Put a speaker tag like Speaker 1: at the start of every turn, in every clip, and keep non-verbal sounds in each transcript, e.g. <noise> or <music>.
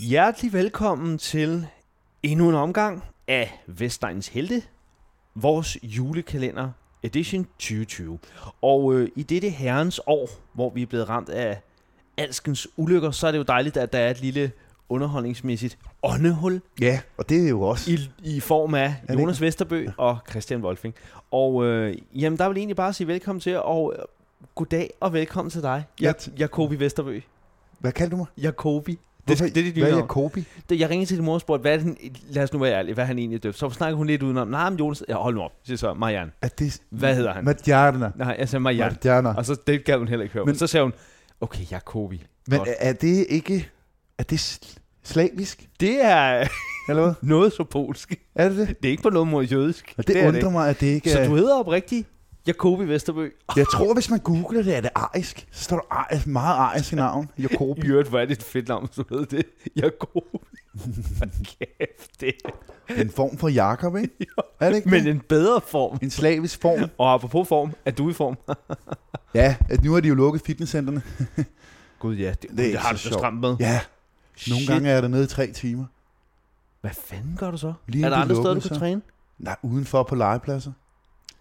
Speaker 1: Hjertelig velkommen til endnu en omgang af Vestegns Helte, vores julekalender edition 2020. Og øh, i dette herrens år, hvor vi er blevet ramt af alskens ulykker, så er det jo dejligt, at der er et lille underholdningsmæssigt åndehul
Speaker 2: Ja, og det er jo også.
Speaker 1: i, i form af
Speaker 2: det ikke?
Speaker 1: Jonas Vesterbø og Christian Wolfing. Og øh, jamen, der vil jeg egentlig bare sige velkommen til, og øh, goddag og velkommen til dig,
Speaker 2: Ja,
Speaker 1: ja. Jakobi Vesterbø.
Speaker 2: Hvad kaldte du mig?
Speaker 1: Jakobi. Det,
Speaker 2: Hvorfor-
Speaker 1: det, det er dit nye
Speaker 2: Hvad er
Speaker 1: navn.
Speaker 2: Jacobi?
Speaker 1: Da jeg ringede til din mor og spurgte, hvad er den, lad os nu være ærlig, hvad er han egentlig døbt? Så snakker hun lidt udenom. Nej, men Jonas, ja, hold nu op, siger så Marianne.
Speaker 2: Er det...
Speaker 1: Hvad hedder han?
Speaker 2: Madjarna.
Speaker 1: Nej, jeg sagde Marianne.
Speaker 2: Madjarna.
Speaker 1: Og så det gad hun heller ikke høre. Men
Speaker 2: Men-
Speaker 1: så sagde hun, okay, Jakobi.
Speaker 2: Men
Speaker 1: Godt.
Speaker 2: er- er det ikke... Er det sl- slavisk?
Speaker 1: Det er <laughs>
Speaker 2: Eller hvad?
Speaker 1: noget så polsk.
Speaker 2: Er det det?
Speaker 1: Det er ikke på nogen måde jødisk.
Speaker 2: Og det, det
Speaker 1: er
Speaker 2: undrer det. mig, at det
Speaker 1: ikke.
Speaker 2: ikke
Speaker 1: Så
Speaker 2: er...
Speaker 1: du hedder oprigtigt Jakobi Vesterbø.
Speaker 2: Jeg tror, hvis man googler det, er det arisk. Så står der arisk, meget arisk i navn. Jacobi.
Speaker 1: I øvrigt, hvor er det et fedt navn, hvis du ved det. <laughs> Jakobi. Hold Kæft, det er
Speaker 2: En form for Jakob, ikke? <laughs> Er det ikke
Speaker 1: Men
Speaker 2: det?
Speaker 1: en bedre form.
Speaker 2: En slavisk form.
Speaker 1: Og apropos form, er du i form?
Speaker 2: Ja, at nu har de jo lukket fitnesscenterne.
Speaker 1: Gud ja, det,
Speaker 2: Det er ikke
Speaker 1: har
Speaker 2: så
Speaker 1: du så
Speaker 2: sjovt.
Speaker 1: stramt med.
Speaker 2: Ja, nogle
Speaker 1: Shit.
Speaker 2: gange er jeg dernede i tre timer.
Speaker 1: Hvad fanden gør du så?
Speaker 2: Lige
Speaker 1: er der
Speaker 2: inden de
Speaker 1: andre steder, du
Speaker 2: lukkede,
Speaker 1: kan
Speaker 2: så-
Speaker 1: træne?
Speaker 2: Nej, udenfor på legepladser.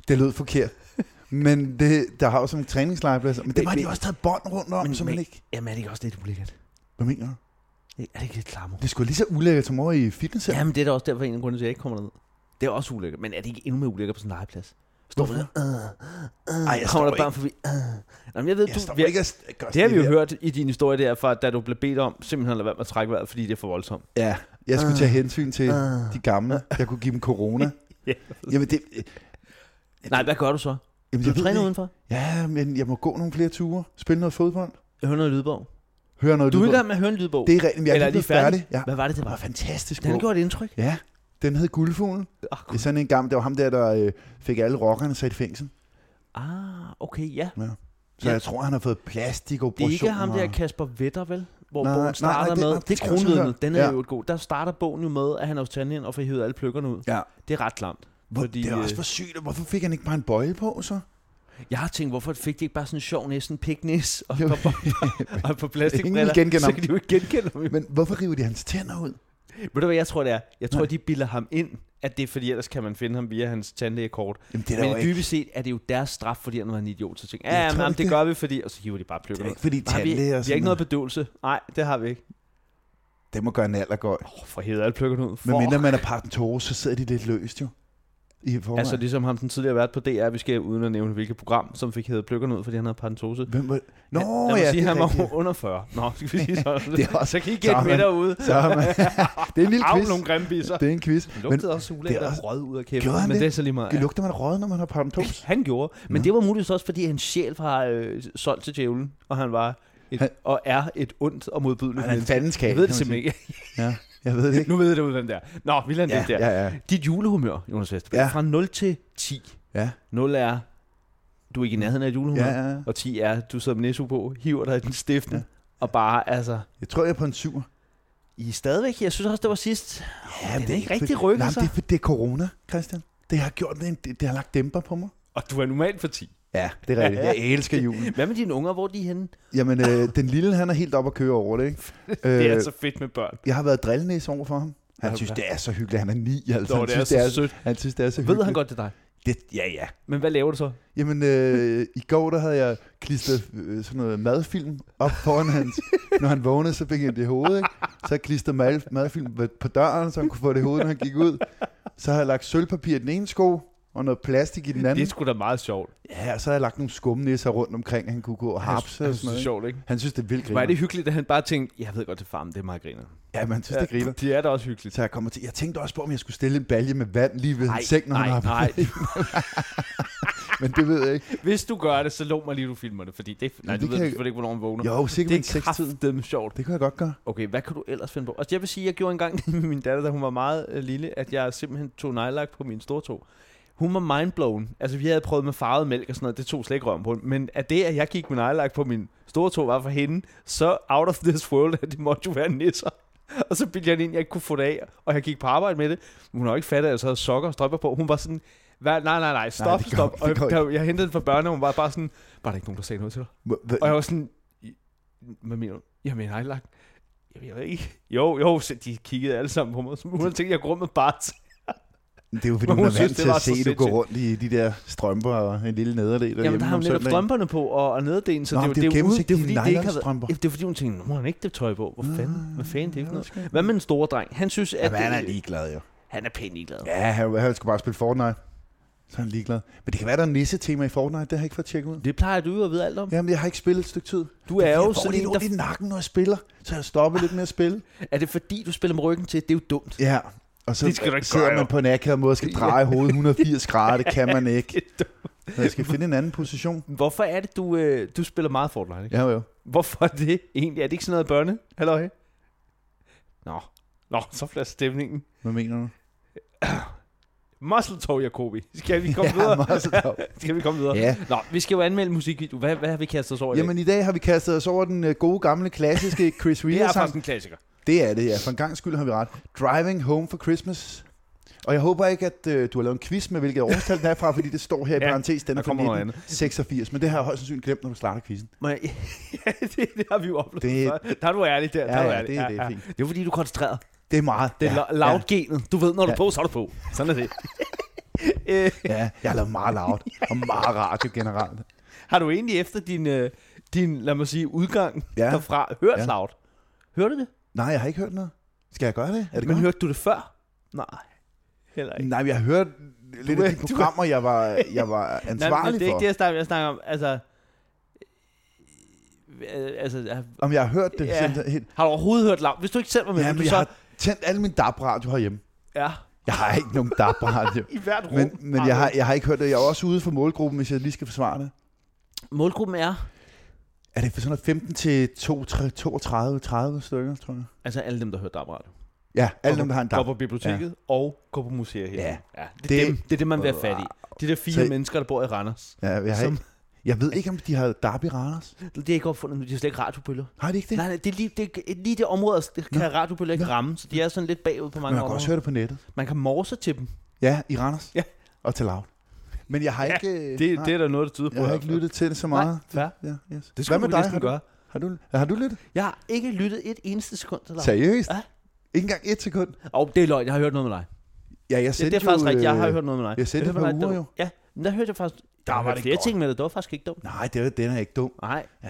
Speaker 2: Det lød forkert. Men det, der har jo som træningslegepladser. Men det
Speaker 1: Men-
Speaker 2: var de
Speaker 1: men-
Speaker 2: også taget bånd rundt om,
Speaker 1: men-
Speaker 2: så man
Speaker 1: men-
Speaker 2: ikke...
Speaker 1: Jamen er det ikke også lidt ulækkert?
Speaker 2: Hvad mener du?
Speaker 1: Er det ikke lidt klammer?
Speaker 2: Det skulle lige så ulækkert som over i fitness.
Speaker 1: Jamen det er da også derfor en af grunden til, at jeg ikke kommer derned. Det er også ulækkert, men er det ikke endnu mere ulækkert på sådan en legeplads? Står man der? Øh, øh,
Speaker 2: Ej,
Speaker 1: kommer
Speaker 2: jeg står
Speaker 1: der bare forbi? Øh. Jamen jeg ved,
Speaker 2: Jeg står
Speaker 1: du... Vi,
Speaker 2: ikke at gøre
Speaker 1: det har
Speaker 2: sådan
Speaker 1: vi jo
Speaker 2: der.
Speaker 1: hørt i din historie der, fra da du blev bedt om simpelthen at lade være med at trække vejret, fordi det er for voldsomt.
Speaker 2: Ja, jeg skulle
Speaker 1: Ah.
Speaker 2: tage hensyn til
Speaker 1: Ah.
Speaker 2: de gamle. Jeg kunne give dem corona.
Speaker 1: <laughs> Ja.
Speaker 2: Jamen, det,
Speaker 1: Nej, hvad gør du så?
Speaker 2: jamen,
Speaker 1: Du
Speaker 2: jeg
Speaker 1: træner
Speaker 2: ved det ikke.
Speaker 1: udenfor?
Speaker 2: Ja, men jeg må gå nogle flere ture. Spille noget fodbold.
Speaker 1: Jeg hører noget lydbog.
Speaker 2: Høre noget
Speaker 1: Du er i
Speaker 2: lydbog.
Speaker 1: gang med at høre en lydbog.
Speaker 2: Det er rigtigt, men jeg
Speaker 1: Eller
Speaker 2: er
Speaker 1: er
Speaker 2: lige
Speaker 1: de
Speaker 2: blevet færdig. Ja.
Speaker 1: Hvad var det, det
Speaker 2: Det var
Speaker 1: var?
Speaker 2: fantastisk.
Speaker 1: Den
Speaker 2: bog.
Speaker 1: gjorde et indtryk.
Speaker 2: Ja, den hed Guldfuglen.
Speaker 1: Ah,
Speaker 2: Det er sådan en gammel, det var ham der, der øh, fik alle rockerne sat i fængsel.
Speaker 1: Ah, okay, ja.
Speaker 2: Så
Speaker 1: Ja.
Speaker 2: jeg tror, han har fået
Speaker 1: Det er
Speaker 2: plastikoperationer.
Speaker 1: ikke ham der Kasper Vetter, vel? Hvor
Speaker 2: Nej,
Speaker 1: bogen
Speaker 2: nej,
Speaker 1: starter
Speaker 2: nej, det-
Speaker 1: med...
Speaker 2: nej,
Speaker 1: Det, det
Speaker 2: skal
Speaker 1: er
Speaker 2: jeg også have
Speaker 1: kronvidnet,
Speaker 2: hørt.
Speaker 1: den er
Speaker 2: Ja.
Speaker 1: jo et god. Der starter bogen jo med, at han er hos tandlægen og får hivet alle pløkkerne ud.
Speaker 2: Ja.
Speaker 1: Det er ret klamt.
Speaker 2: Hvor,
Speaker 1: Fordi, øh,
Speaker 2: fordi, det er også for sygt, og hvorfor fik han ikke bare en bøjle på, så?
Speaker 1: Jeg har tænkt, hvorfor fik de ikke bare sådan en sjov næsten
Speaker 2: <laughs>
Speaker 1: piknis og,
Speaker 2: Jo.
Speaker 1: og, og, på plastikbriller?
Speaker 2: Ingen genkender
Speaker 1: så
Speaker 2: ham.
Speaker 1: kan de jo ikke genkende ham. jo.
Speaker 2: Men hvorfor river de hans tænder ud?
Speaker 1: Ved du hvad jeg tror det er? Jeg tror,
Speaker 2: Nej.
Speaker 1: de bilder ham ind, at det er fordi, ellers kan man finde ham via hans tandlægekort.
Speaker 2: Jamen, det er da jo
Speaker 1: Men
Speaker 2: ikke,
Speaker 1: dybest set er det jo deres straf, fordi han var en idiot. Så tænker,
Speaker 2: Jeg
Speaker 1: ja,
Speaker 2: tror
Speaker 1: men jamen,
Speaker 2: ikke
Speaker 1: det
Speaker 2: det.
Speaker 1: gør vi, fordi... Og så hiver de bare
Speaker 2: det er
Speaker 1: pløkkerne.
Speaker 2: ikke fordi
Speaker 1: Har vi, vi
Speaker 2: tandlæger og
Speaker 1: har
Speaker 2: sådan
Speaker 1: ikke noget bedøvelse. Nej, det har vi ikke.
Speaker 2: Det må gøre en aldergøj.
Speaker 1: Åh, for hedder alle pløkkerne ud.
Speaker 2: Men
Speaker 1: Fuck.
Speaker 2: mindre man er partentore, så sidder de lidt løst jo. I forvejen.
Speaker 1: Altså ligesom ham, den tidligere vært på DR, vi skal uden at nævne, hvilket program, som fik hævet pløkkerne ud, fordi han havde parentose.
Speaker 2: Hvem var... Nå,
Speaker 1: han, lad mig
Speaker 2: ja,
Speaker 1: sige,
Speaker 2: det er
Speaker 1: han var
Speaker 2: rigtigt.
Speaker 1: under 40. Nå, skal vi sige sådan.
Speaker 2: <laughs> Det er også-
Speaker 1: så kan I
Speaker 2: så
Speaker 1: gætte
Speaker 2: er
Speaker 1: med
Speaker 2: man-
Speaker 1: derude.
Speaker 2: Så er
Speaker 1: <laughs>
Speaker 2: man... det er en lille
Speaker 1: Av
Speaker 2: quiz.
Speaker 1: nogle grimme bisser.
Speaker 2: Det er en quiz.
Speaker 1: Det
Speaker 2: Men
Speaker 1: lugtede også
Speaker 2: det
Speaker 1: ulækkert
Speaker 2: er
Speaker 1: og
Speaker 2: også-
Speaker 1: rød ud af kæften,
Speaker 2: Gjorde
Speaker 1: men
Speaker 2: han
Speaker 1: det
Speaker 2: det?
Speaker 1: er så lige meget.
Speaker 2: ja. lugter man rød, når man har parentose?
Speaker 1: Han gjorde, men
Speaker 2: Nå.
Speaker 1: det var muligvis også, fordi hans sjæl var øh, solgt til djævlen, og han var et,
Speaker 2: Han-
Speaker 1: og er et ondt og modbydeligt
Speaker 2: Han er en
Speaker 1: menneske.
Speaker 2: fandenskab.
Speaker 1: Jeg ved
Speaker 2: kan
Speaker 1: det
Speaker 2: man
Speaker 1: simpelthen ikke.
Speaker 2: sige. Ja, jeg ved det ikke.
Speaker 1: <laughs> Nu ved jeg det, hvem det er. Nå, vi lader
Speaker 2: Ja,
Speaker 1: ja, det der.
Speaker 2: ja, ja.
Speaker 1: Dit julehumør, Jonas Vesterberg, ja.
Speaker 2: Ja.
Speaker 1: fra 0 til 10.
Speaker 2: Ja,
Speaker 1: 0 er, du er ikke i nærheden af et julehumør.
Speaker 2: ja, ja.
Speaker 1: Og 10 er, du sidder med næse på, hiver dig i den stiften, ja.
Speaker 2: Ja.
Speaker 1: og bare, altså,
Speaker 2: Jeg tror, jeg er på en syver.
Speaker 1: I er stadigvæk, jeg synes også, det var sidst.
Speaker 2: Ja,
Speaker 1: den er ikke rigtig
Speaker 2: fordi-
Speaker 1: rykket
Speaker 2: Nej, men
Speaker 1: sig.
Speaker 2: det er, fordi det er corona, Christian. Det har gjort en, det, det har lagt dæmper på mig.
Speaker 1: Og du er normalt for 10.
Speaker 2: Ja, det er rigtigt. Jeg elsker julen.
Speaker 1: Hvad med dine unger, hvor er de henne?
Speaker 2: Jamen, øh, den lille, han er helt op at køre over det, ikke?
Speaker 1: Øh, <laughs> det er
Speaker 2: Øh,
Speaker 1: så fedt med børn.
Speaker 2: Jeg har været drillenæs over for ham.
Speaker 1: Har
Speaker 2: Han
Speaker 1: du
Speaker 2: synes,
Speaker 1: det?
Speaker 2: det er så hyggeligt. Han er ni, altså.
Speaker 1: Nå,
Speaker 2: han,
Speaker 1: det er
Speaker 2: synes,
Speaker 1: så sødt.
Speaker 2: han synes, det er <laughs> så
Speaker 1: Ved
Speaker 2: hyggeligt.
Speaker 1: han godt, det er dig.
Speaker 2: Det, ja, ja.
Speaker 1: Men hvad laver du så?
Speaker 2: Jamen, øh, i går, der havde jeg klistret øh, sådan noget madfilm op foran hans. Når han vågnede, så fik han det i hovedet, ikke? Så jeg klistrede mad, madfilm ved- på døren, så han kunne få det i hovedet, når han gik ud. Så har jeg lagt sølvpapir i den ene sko, og noget plastik i den
Speaker 1: Det
Speaker 2: anden.
Speaker 1: er sgu da meget sjovt.
Speaker 2: Ja, og så har jeg lagt nogle skumnisser rundt omkring, han kunne gå og
Speaker 1: Haps,
Speaker 2: hapse
Speaker 1: jeg
Speaker 2: og
Speaker 1: synes,
Speaker 2: sådan
Speaker 1: det er sjovt,
Speaker 2: noget. ikke?
Speaker 1: ikke?
Speaker 2: Han synes, det er vildt
Speaker 1: Var
Speaker 2: griner.
Speaker 1: det hyggeligt, at han bare tænkte, jeg ved godt, det er farmen, det er meget griner.
Speaker 2: Ja, men han synes, det griner.
Speaker 1: det er da også hyggeligt.
Speaker 2: Så jeg kommer til. Jeg tænkte også på, om jeg skulle stille en balje med vand lige ved
Speaker 1: Nej,
Speaker 2: hans seng, når han
Speaker 1: nej,
Speaker 2: har
Speaker 1: nej.
Speaker 2: Men det ved jeg ikke.
Speaker 1: Hvis du gør det, så lov mig lige, du filmer det, fordi det, nej,
Speaker 2: Jamen,
Speaker 1: du
Speaker 2: det
Speaker 1: ved
Speaker 2: kan jeg-
Speaker 1: selvfølgelig ikke, hvornår han vågner.
Speaker 2: Jo, sikkert min
Speaker 1: det er
Speaker 2: sekstid.
Speaker 1: kraftedeme sjovt.
Speaker 2: Det kunne jeg godt gøre.
Speaker 1: Okay, hvad kan du ellers finde på? Altså, jeg vil sige, at jeg gjorde engang <laughs> med min datter, da hun var meget øh, lille, at jeg simpelthen tog nejlagt på min stortog. Hun var mindblown. Altså, vi havde prøvet med farvet mælk og sådan noget. Det tog slet ikke røven på hende. Men at det, at jeg gik med nejlagt på min stortog, var for hende så out of this world, at det måtte jo være nisser. <laughs> Og så bildte jeg hende ind, jeg ikke kunne få det af, og jeg gik på arbejde med det. Hun har jo ikke fattet, at jeg så havde sokker og strømper på. Hun var sådan, "Hvad? nej, nej, nej, stop, nej,
Speaker 2: Nej, det går-
Speaker 1: stop.
Speaker 2: det
Speaker 1: Og
Speaker 2: går
Speaker 1: jeg, jeg, jeg hentede den fra børnene, og hun var bare sådan, var der ikke nogen, der sagde noget til dig?
Speaker 2: Hva- hva-
Speaker 1: Og jeg var sådan, "I- hvad mener du? Jeg mener nejlagt. Jeg ved ikke. Jo, jo, så de kiggede alle sammen på mig. Så hun tænkte, jeg går rundt med bart.
Speaker 2: Det er jo fordi,
Speaker 1: Hun
Speaker 2: hun er
Speaker 1: synes,
Speaker 2: vant
Speaker 1: det
Speaker 2: til
Speaker 1: var
Speaker 2: at
Speaker 1: så
Speaker 2: se, du går
Speaker 1: sindssygt.
Speaker 2: rundt i de der strømper og en lille nederdel derhjemme.
Speaker 1: Jamen, der har hun
Speaker 2: om
Speaker 1: netop
Speaker 2: søndagen.
Speaker 1: strømperne på og, og nederdelen, så
Speaker 2: Nå,
Speaker 1: det, er jo-
Speaker 2: det er
Speaker 1: det, er jo ude- det, er
Speaker 2: gennemsigtige
Speaker 1: fordi, det ikke har været,
Speaker 2: nylonstrømper.
Speaker 1: Jamen, det er fordi, hun tænkte, nu har han ikke det tøj på. Hvor fanden? Hvad fanden det er ikke noget?
Speaker 2: Nå,
Speaker 1: Hvad med den store dreng? Han synes, at
Speaker 2: Jamen, han er
Speaker 1: det-
Speaker 2: ligeglad, jo.
Speaker 1: han er pænt ligeglad.
Speaker 2: Ja, han, han skulle bare spille Fortnite. Så er han ligeglad. Men det kan være, der er nisse-tema i Fortnite. Det har jeg ikke fået tjekket ud.
Speaker 1: Det plejer du jo at vide alt om.
Speaker 2: Jamen, jeg har ikke spillet et stykke tid.
Speaker 1: Du er jo
Speaker 2: jeg får
Speaker 1: sådan
Speaker 2: lidt
Speaker 1: en, der...
Speaker 2: ondt i nakken, når jeg spiller. Så jeg stopper lidt med at spille.
Speaker 1: Er det fordi, du spiller med ryggen til? Det er jo dumt.
Speaker 2: Ja, og så
Speaker 1: Det skal du ikke
Speaker 2: sidder
Speaker 1: gøre,
Speaker 2: man
Speaker 1: jo.
Speaker 2: på en akavet måde og skal
Speaker 1: <laughs>
Speaker 2: dreje hovedet 180 grader. <laughs> Det kan man ikke. Så jeg skal finde en anden position.
Speaker 1: Hvorfor er det, du, øh, du spiller meget Fortnite? Ikke?
Speaker 2: Ja, jo.
Speaker 1: Hvorfor er det egentlig? Er det ikke sådan noget børne? Halløj? Nå. Nå, så flasker stemningen.
Speaker 2: Hvad mener du?
Speaker 1: Muscle Toe, Jacobi. Skal
Speaker 2: <laughs>
Speaker 1: vi komme videre?
Speaker 2: meget så travlt.
Speaker 1: Skal vi komme videre?
Speaker 2: Ja.
Speaker 1: Nå, vi skal jo anmelde musikvideo. Hvad, hvad har vi kastet os over i dag?
Speaker 2: Jamen i dag har vi kastet os over den øh, gode gamle
Speaker 1: <laughs>
Speaker 2: klassiske Chris
Speaker 1: det er
Speaker 2: Rea sang.
Speaker 1: faktisk en klassiker.
Speaker 2: Det er det, ja. For en gang skyld har vi ret. Driving Home for Christmas. Og jeg håber ikke, at øh, du har lavet en quiz med, hvilket årstal den er fra, fordi det står her i
Speaker 1: <laughs> Ja,
Speaker 2: parentes, den
Speaker 1: der
Speaker 2: er fra
Speaker 1: kommer noget
Speaker 2: 1986. Men det har jeg højst sandsynligt glemt, når vi starter quizzen.
Speaker 1: Må jeg, <laughs> ja, det, det, har vi jo oplevet.
Speaker 2: Det-
Speaker 1: Det, der er du ærlig der. der er
Speaker 2: Ja,
Speaker 1: du
Speaker 2: ja,
Speaker 1: ærlig.
Speaker 2: det, ja, det er fint.
Speaker 1: det er fordi, du er koncentreret.
Speaker 2: Det er meget.
Speaker 1: Det er
Speaker 2: ja,
Speaker 1: ja, loud-genet. Du ved, når du er
Speaker 2: Ja.
Speaker 1: på, så er du på. Sådan er det. øh,
Speaker 2: Ja, ja, jeg har lavet meget loud og meget radio generelt.
Speaker 1: har du egentlig efter din, øh, din lad mig sige, udgang ja.
Speaker 2: Ja.
Speaker 1: derfra hørt ja.
Speaker 2: Ja.
Speaker 1: loud? Hørte du det?
Speaker 2: Nej, jeg har ikke hørt noget. Skal jeg gøre det? Er det
Speaker 1: Men
Speaker 2: godt?
Speaker 1: hørte du det før? Nej, heller ikke.
Speaker 2: Nej, men jeg hørte lidt
Speaker 1: Du
Speaker 2: af
Speaker 1: er-
Speaker 2: de
Speaker 1: du er-
Speaker 2: programmer, jeg var, jeg
Speaker 1: <laughs>
Speaker 2: var
Speaker 1: men
Speaker 2: ansvarlig
Speaker 1: det er ikke
Speaker 2: for.
Speaker 1: det, jeg snakker, jeg snakker om. Altså, øh, altså, øh,
Speaker 2: Om jeg har hørt det.
Speaker 1: Ja.
Speaker 2: Ja. Helt.
Speaker 1: har du overhovedet hørt loud? Hvis du ikke selv var med,
Speaker 2: Ja,
Speaker 1: ville
Speaker 2: men
Speaker 1: du
Speaker 2: jeg
Speaker 1: så...
Speaker 2: har tændt alle mine DAB-radio herhjemme.
Speaker 1: Ja,
Speaker 2: Jeg har ikke nogen
Speaker 1: <laughs>
Speaker 2: DAB-radio.
Speaker 1: i hvert rum.
Speaker 2: Men, men jeg, har, jeg har ikke hørt det. Jeg er også ude for målgruppen, hvis jeg lige skal forsvare det.
Speaker 1: Målgruppen er...
Speaker 2: Er det for sådan noget 15 til 32, 32, 30 stykker, tror jeg?
Speaker 1: Altså alle dem, der hører DAB Radio.
Speaker 2: Ja, alle dem, der har en
Speaker 1: Går
Speaker 2: DAB.
Speaker 1: på biblioteket ja. og går på museer her.
Speaker 2: Ja.
Speaker 1: ja det, det,
Speaker 2: Det-
Speaker 1: dem, det er det, man vil have fat i. De der fire
Speaker 2: Så-
Speaker 1: mennesker, der bor i Randers.
Speaker 2: Ja, jeg, har
Speaker 1: Som-
Speaker 2: ikke, jeg ved ikke, om de har DAB i Randers.
Speaker 1: Det er ikke opfundet nu, de har slet ikke radiobølger.
Speaker 2: Har de ikke det?
Speaker 1: Nej, nej, det er lige det, er lige det område, der kan
Speaker 2: Nå.
Speaker 1: radiobølger ikke ramme, så de er sådan lidt bagud på
Speaker 2: men
Speaker 1: mange
Speaker 2: man kan også
Speaker 1: områder.
Speaker 2: høre det på nettet.
Speaker 1: Man kan morse til dem.
Speaker 2: Ja, i Randers.
Speaker 1: Ja.
Speaker 2: Og til Loud. Men jeg har
Speaker 1: Ja,
Speaker 2: ikke...
Speaker 1: Det,
Speaker 2: nej,
Speaker 1: det er der noget, der tyder på.
Speaker 2: jeg har
Speaker 1: i
Speaker 2: ikke
Speaker 1: hvert fald.
Speaker 2: lyttet til det så meget.
Speaker 1: fair.
Speaker 2: Ja, yes.
Speaker 1: Det skulle
Speaker 2: Hvad
Speaker 1: man
Speaker 2: med dig? Har
Speaker 1: næsten
Speaker 2: du,
Speaker 1: gøre.
Speaker 2: har, du, har du lyttet?
Speaker 1: Jeg har ikke lyttet et eneste sekund til dig.
Speaker 2: Seriøst?
Speaker 1: Ja.
Speaker 2: Ikke engang et sekund.
Speaker 1: Åh, oh, det er løgn. Jeg har hørt noget med dig.
Speaker 2: Ja, jeg
Speaker 1: Det, det
Speaker 2: sendte
Speaker 1: er faktisk
Speaker 2: jo,
Speaker 1: rigtigt. Jeg
Speaker 2: øh,
Speaker 1: har hørt noget med dig.
Speaker 2: jeg sendte
Speaker 1: hørte
Speaker 2: et par
Speaker 1: med dig,
Speaker 2: uger
Speaker 1: der- Ja, men der hørte jeg faktisk... Der
Speaker 2: var
Speaker 1: var
Speaker 2: det
Speaker 1: det flere
Speaker 2: godt.
Speaker 1: ting med det. Det var faktisk ikke dumt.
Speaker 2: Nej, det er, den er ikke dum.
Speaker 1: Nej.
Speaker 2: Ja.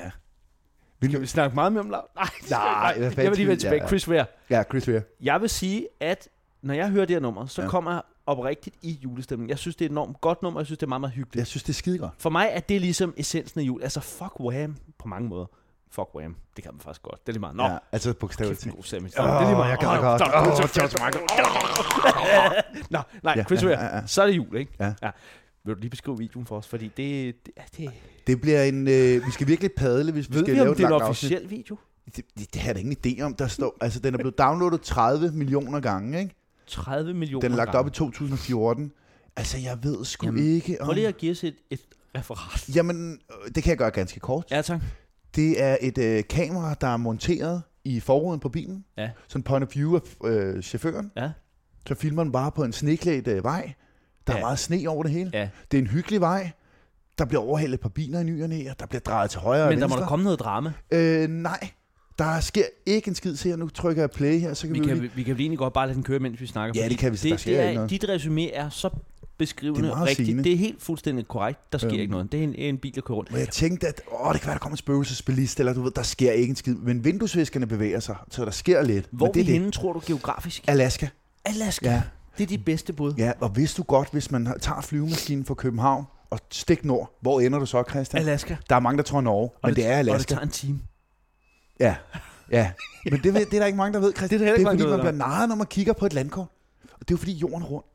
Speaker 1: Skal vi snakke meget mere om Lav? Nej, det skal
Speaker 2: Nej,
Speaker 1: vi ikke.
Speaker 2: hvad fanden
Speaker 1: Jeg vil lige vende
Speaker 2: skal vi-
Speaker 1: tilbage.
Speaker 2: ja.
Speaker 1: Chris Ware.
Speaker 2: Ja, Chris Rea.
Speaker 1: Jeg vil sige, at når jeg hører det her nummer, så
Speaker 2: Ja.
Speaker 1: ja. kommer jeg oprigtigt i julestemningen. Jeg synes, det er et enormt godt nummer. Jeg synes, det er meget, meget hyggeligt.
Speaker 2: Jeg synes, det er skide godt.
Speaker 1: For mig er det ligesom essensen af jul. Altså, fuck wham på mange måder. Fuck wham. Det kan man faktisk godt. Det er lige meget. Nå, ja.
Speaker 2: Ja, altså bogstaveligt.
Speaker 1: Kæft, en god sandwich.
Speaker 2: Åh,
Speaker 1: Nå, det er lige meget.
Speaker 2: jeg gad
Speaker 1: Åh,
Speaker 2: godt.
Speaker 1: stop.
Speaker 2: Åh,
Speaker 1: Chris Ware. Nå, nej,
Speaker 2: Ja,
Speaker 1: Chris
Speaker 2: ja,
Speaker 1: Ware.
Speaker 2: ja, ja.
Speaker 1: Så er det jul, ikke?
Speaker 2: Ja.
Speaker 1: Vil du lige beskrive videoen for os? Fordi det... det, ja, det
Speaker 2: Det bliver en... Øh, vi skal virkelig padle, hvis vi
Speaker 1: ved
Speaker 2: skal
Speaker 1: vi,
Speaker 2: lave
Speaker 1: om
Speaker 2: et
Speaker 1: det er en
Speaker 2: langt afsnit.
Speaker 1: officiel video?
Speaker 2: Det, det, det har jeg da ingen idé om, der står... Altså, den er blevet downloadet 30 millioner gange, ikke?
Speaker 1: 30 millioner
Speaker 2: Den er lagt
Speaker 1: gange.
Speaker 2: op i 2014. Altså, jeg ved sgu
Speaker 1: Jamen,
Speaker 2: ikke om...
Speaker 1: Prøv lige at give os et, et referat.
Speaker 2: Jamen, øh, det kan jeg gøre ganske kort.
Speaker 1: Ja, tak.
Speaker 2: Det er et øh, kamera, der er monteret i forruden på bilen.
Speaker 1: Ja.
Speaker 2: Sådan point of view af øh, chaufføren.
Speaker 1: Ja.
Speaker 2: Så filmer den bare på en sneklædt øh, vej. Der
Speaker 1: Ja.
Speaker 2: ja. er meget sne over det hele.
Speaker 1: Ja.
Speaker 2: Det er en hyggelig vej. Der bliver overhældet et par biler i ny og næ, og der bliver drejet til højre og
Speaker 1: Men der må
Speaker 2: venstre.
Speaker 1: da komme noget drama.
Speaker 2: Øh, nej, der sker ikke en skid. Se her, nu trykker jeg play her, så kan vi,
Speaker 1: Vi
Speaker 2: vi
Speaker 1: kan,
Speaker 2: lige...
Speaker 1: vi kan vel egentlig godt bare lade den køre, mens vi snakker.
Speaker 2: Ja,
Speaker 1: fordi
Speaker 2: det kan vi, så der
Speaker 1: Det,
Speaker 2: sker
Speaker 1: det
Speaker 2: ikke
Speaker 1: er,
Speaker 2: noget.
Speaker 1: dit resume er så beskrivende
Speaker 2: Det er meget
Speaker 1: rigtigt.
Speaker 2: sigende.
Speaker 1: Det er helt fuldstændig korrekt. Der sker
Speaker 2: Øhm.
Speaker 1: øhm. ikke noget. Det er en, en bil, der kører rundt.
Speaker 2: Hvor jeg tænkte, at åh, det kan være, der kommer en spøgelsesbilist, eller du ved, der sker ikke en skid. Men vinduesviskerne bevæger sig, så der sker lidt.
Speaker 1: Hvor
Speaker 2: men det
Speaker 1: vi
Speaker 2: er det.
Speaker 1: henne, tror du, geografisk?
Speaker 2: Alaska.
Speaker 1: Alaska.
Speaker 2: Ja.
Speaker 1: Ja. Det er dit bedste bud. Ja.
Speaker 2: ja, og vidste du godt, hvis man tager flyvemaskinen fra København og stik nord, hvor ender du så, Christian?
Speaker 1: Alaska.
Speaker 2: Der er mange, der tror Norge,
Speaker 1: Og
Speaker 2: men det er
Speaker 1: Og det
Speaker 2: Alaska.
Speaker 1: tager en time.
Speaker 2: Ja, ja. Men det, ved- det er der ikke mange, der ved, Christian.
Speaker 1: Det er der heller ikke mange,
Speaker 2: fordi,
Speaker 1: der
Speaker 2: man
Speaker 1: ved,
Speaker 2: bliver narret, når man kigger på et landkort. Og det er jo fordi, jorden er rundt.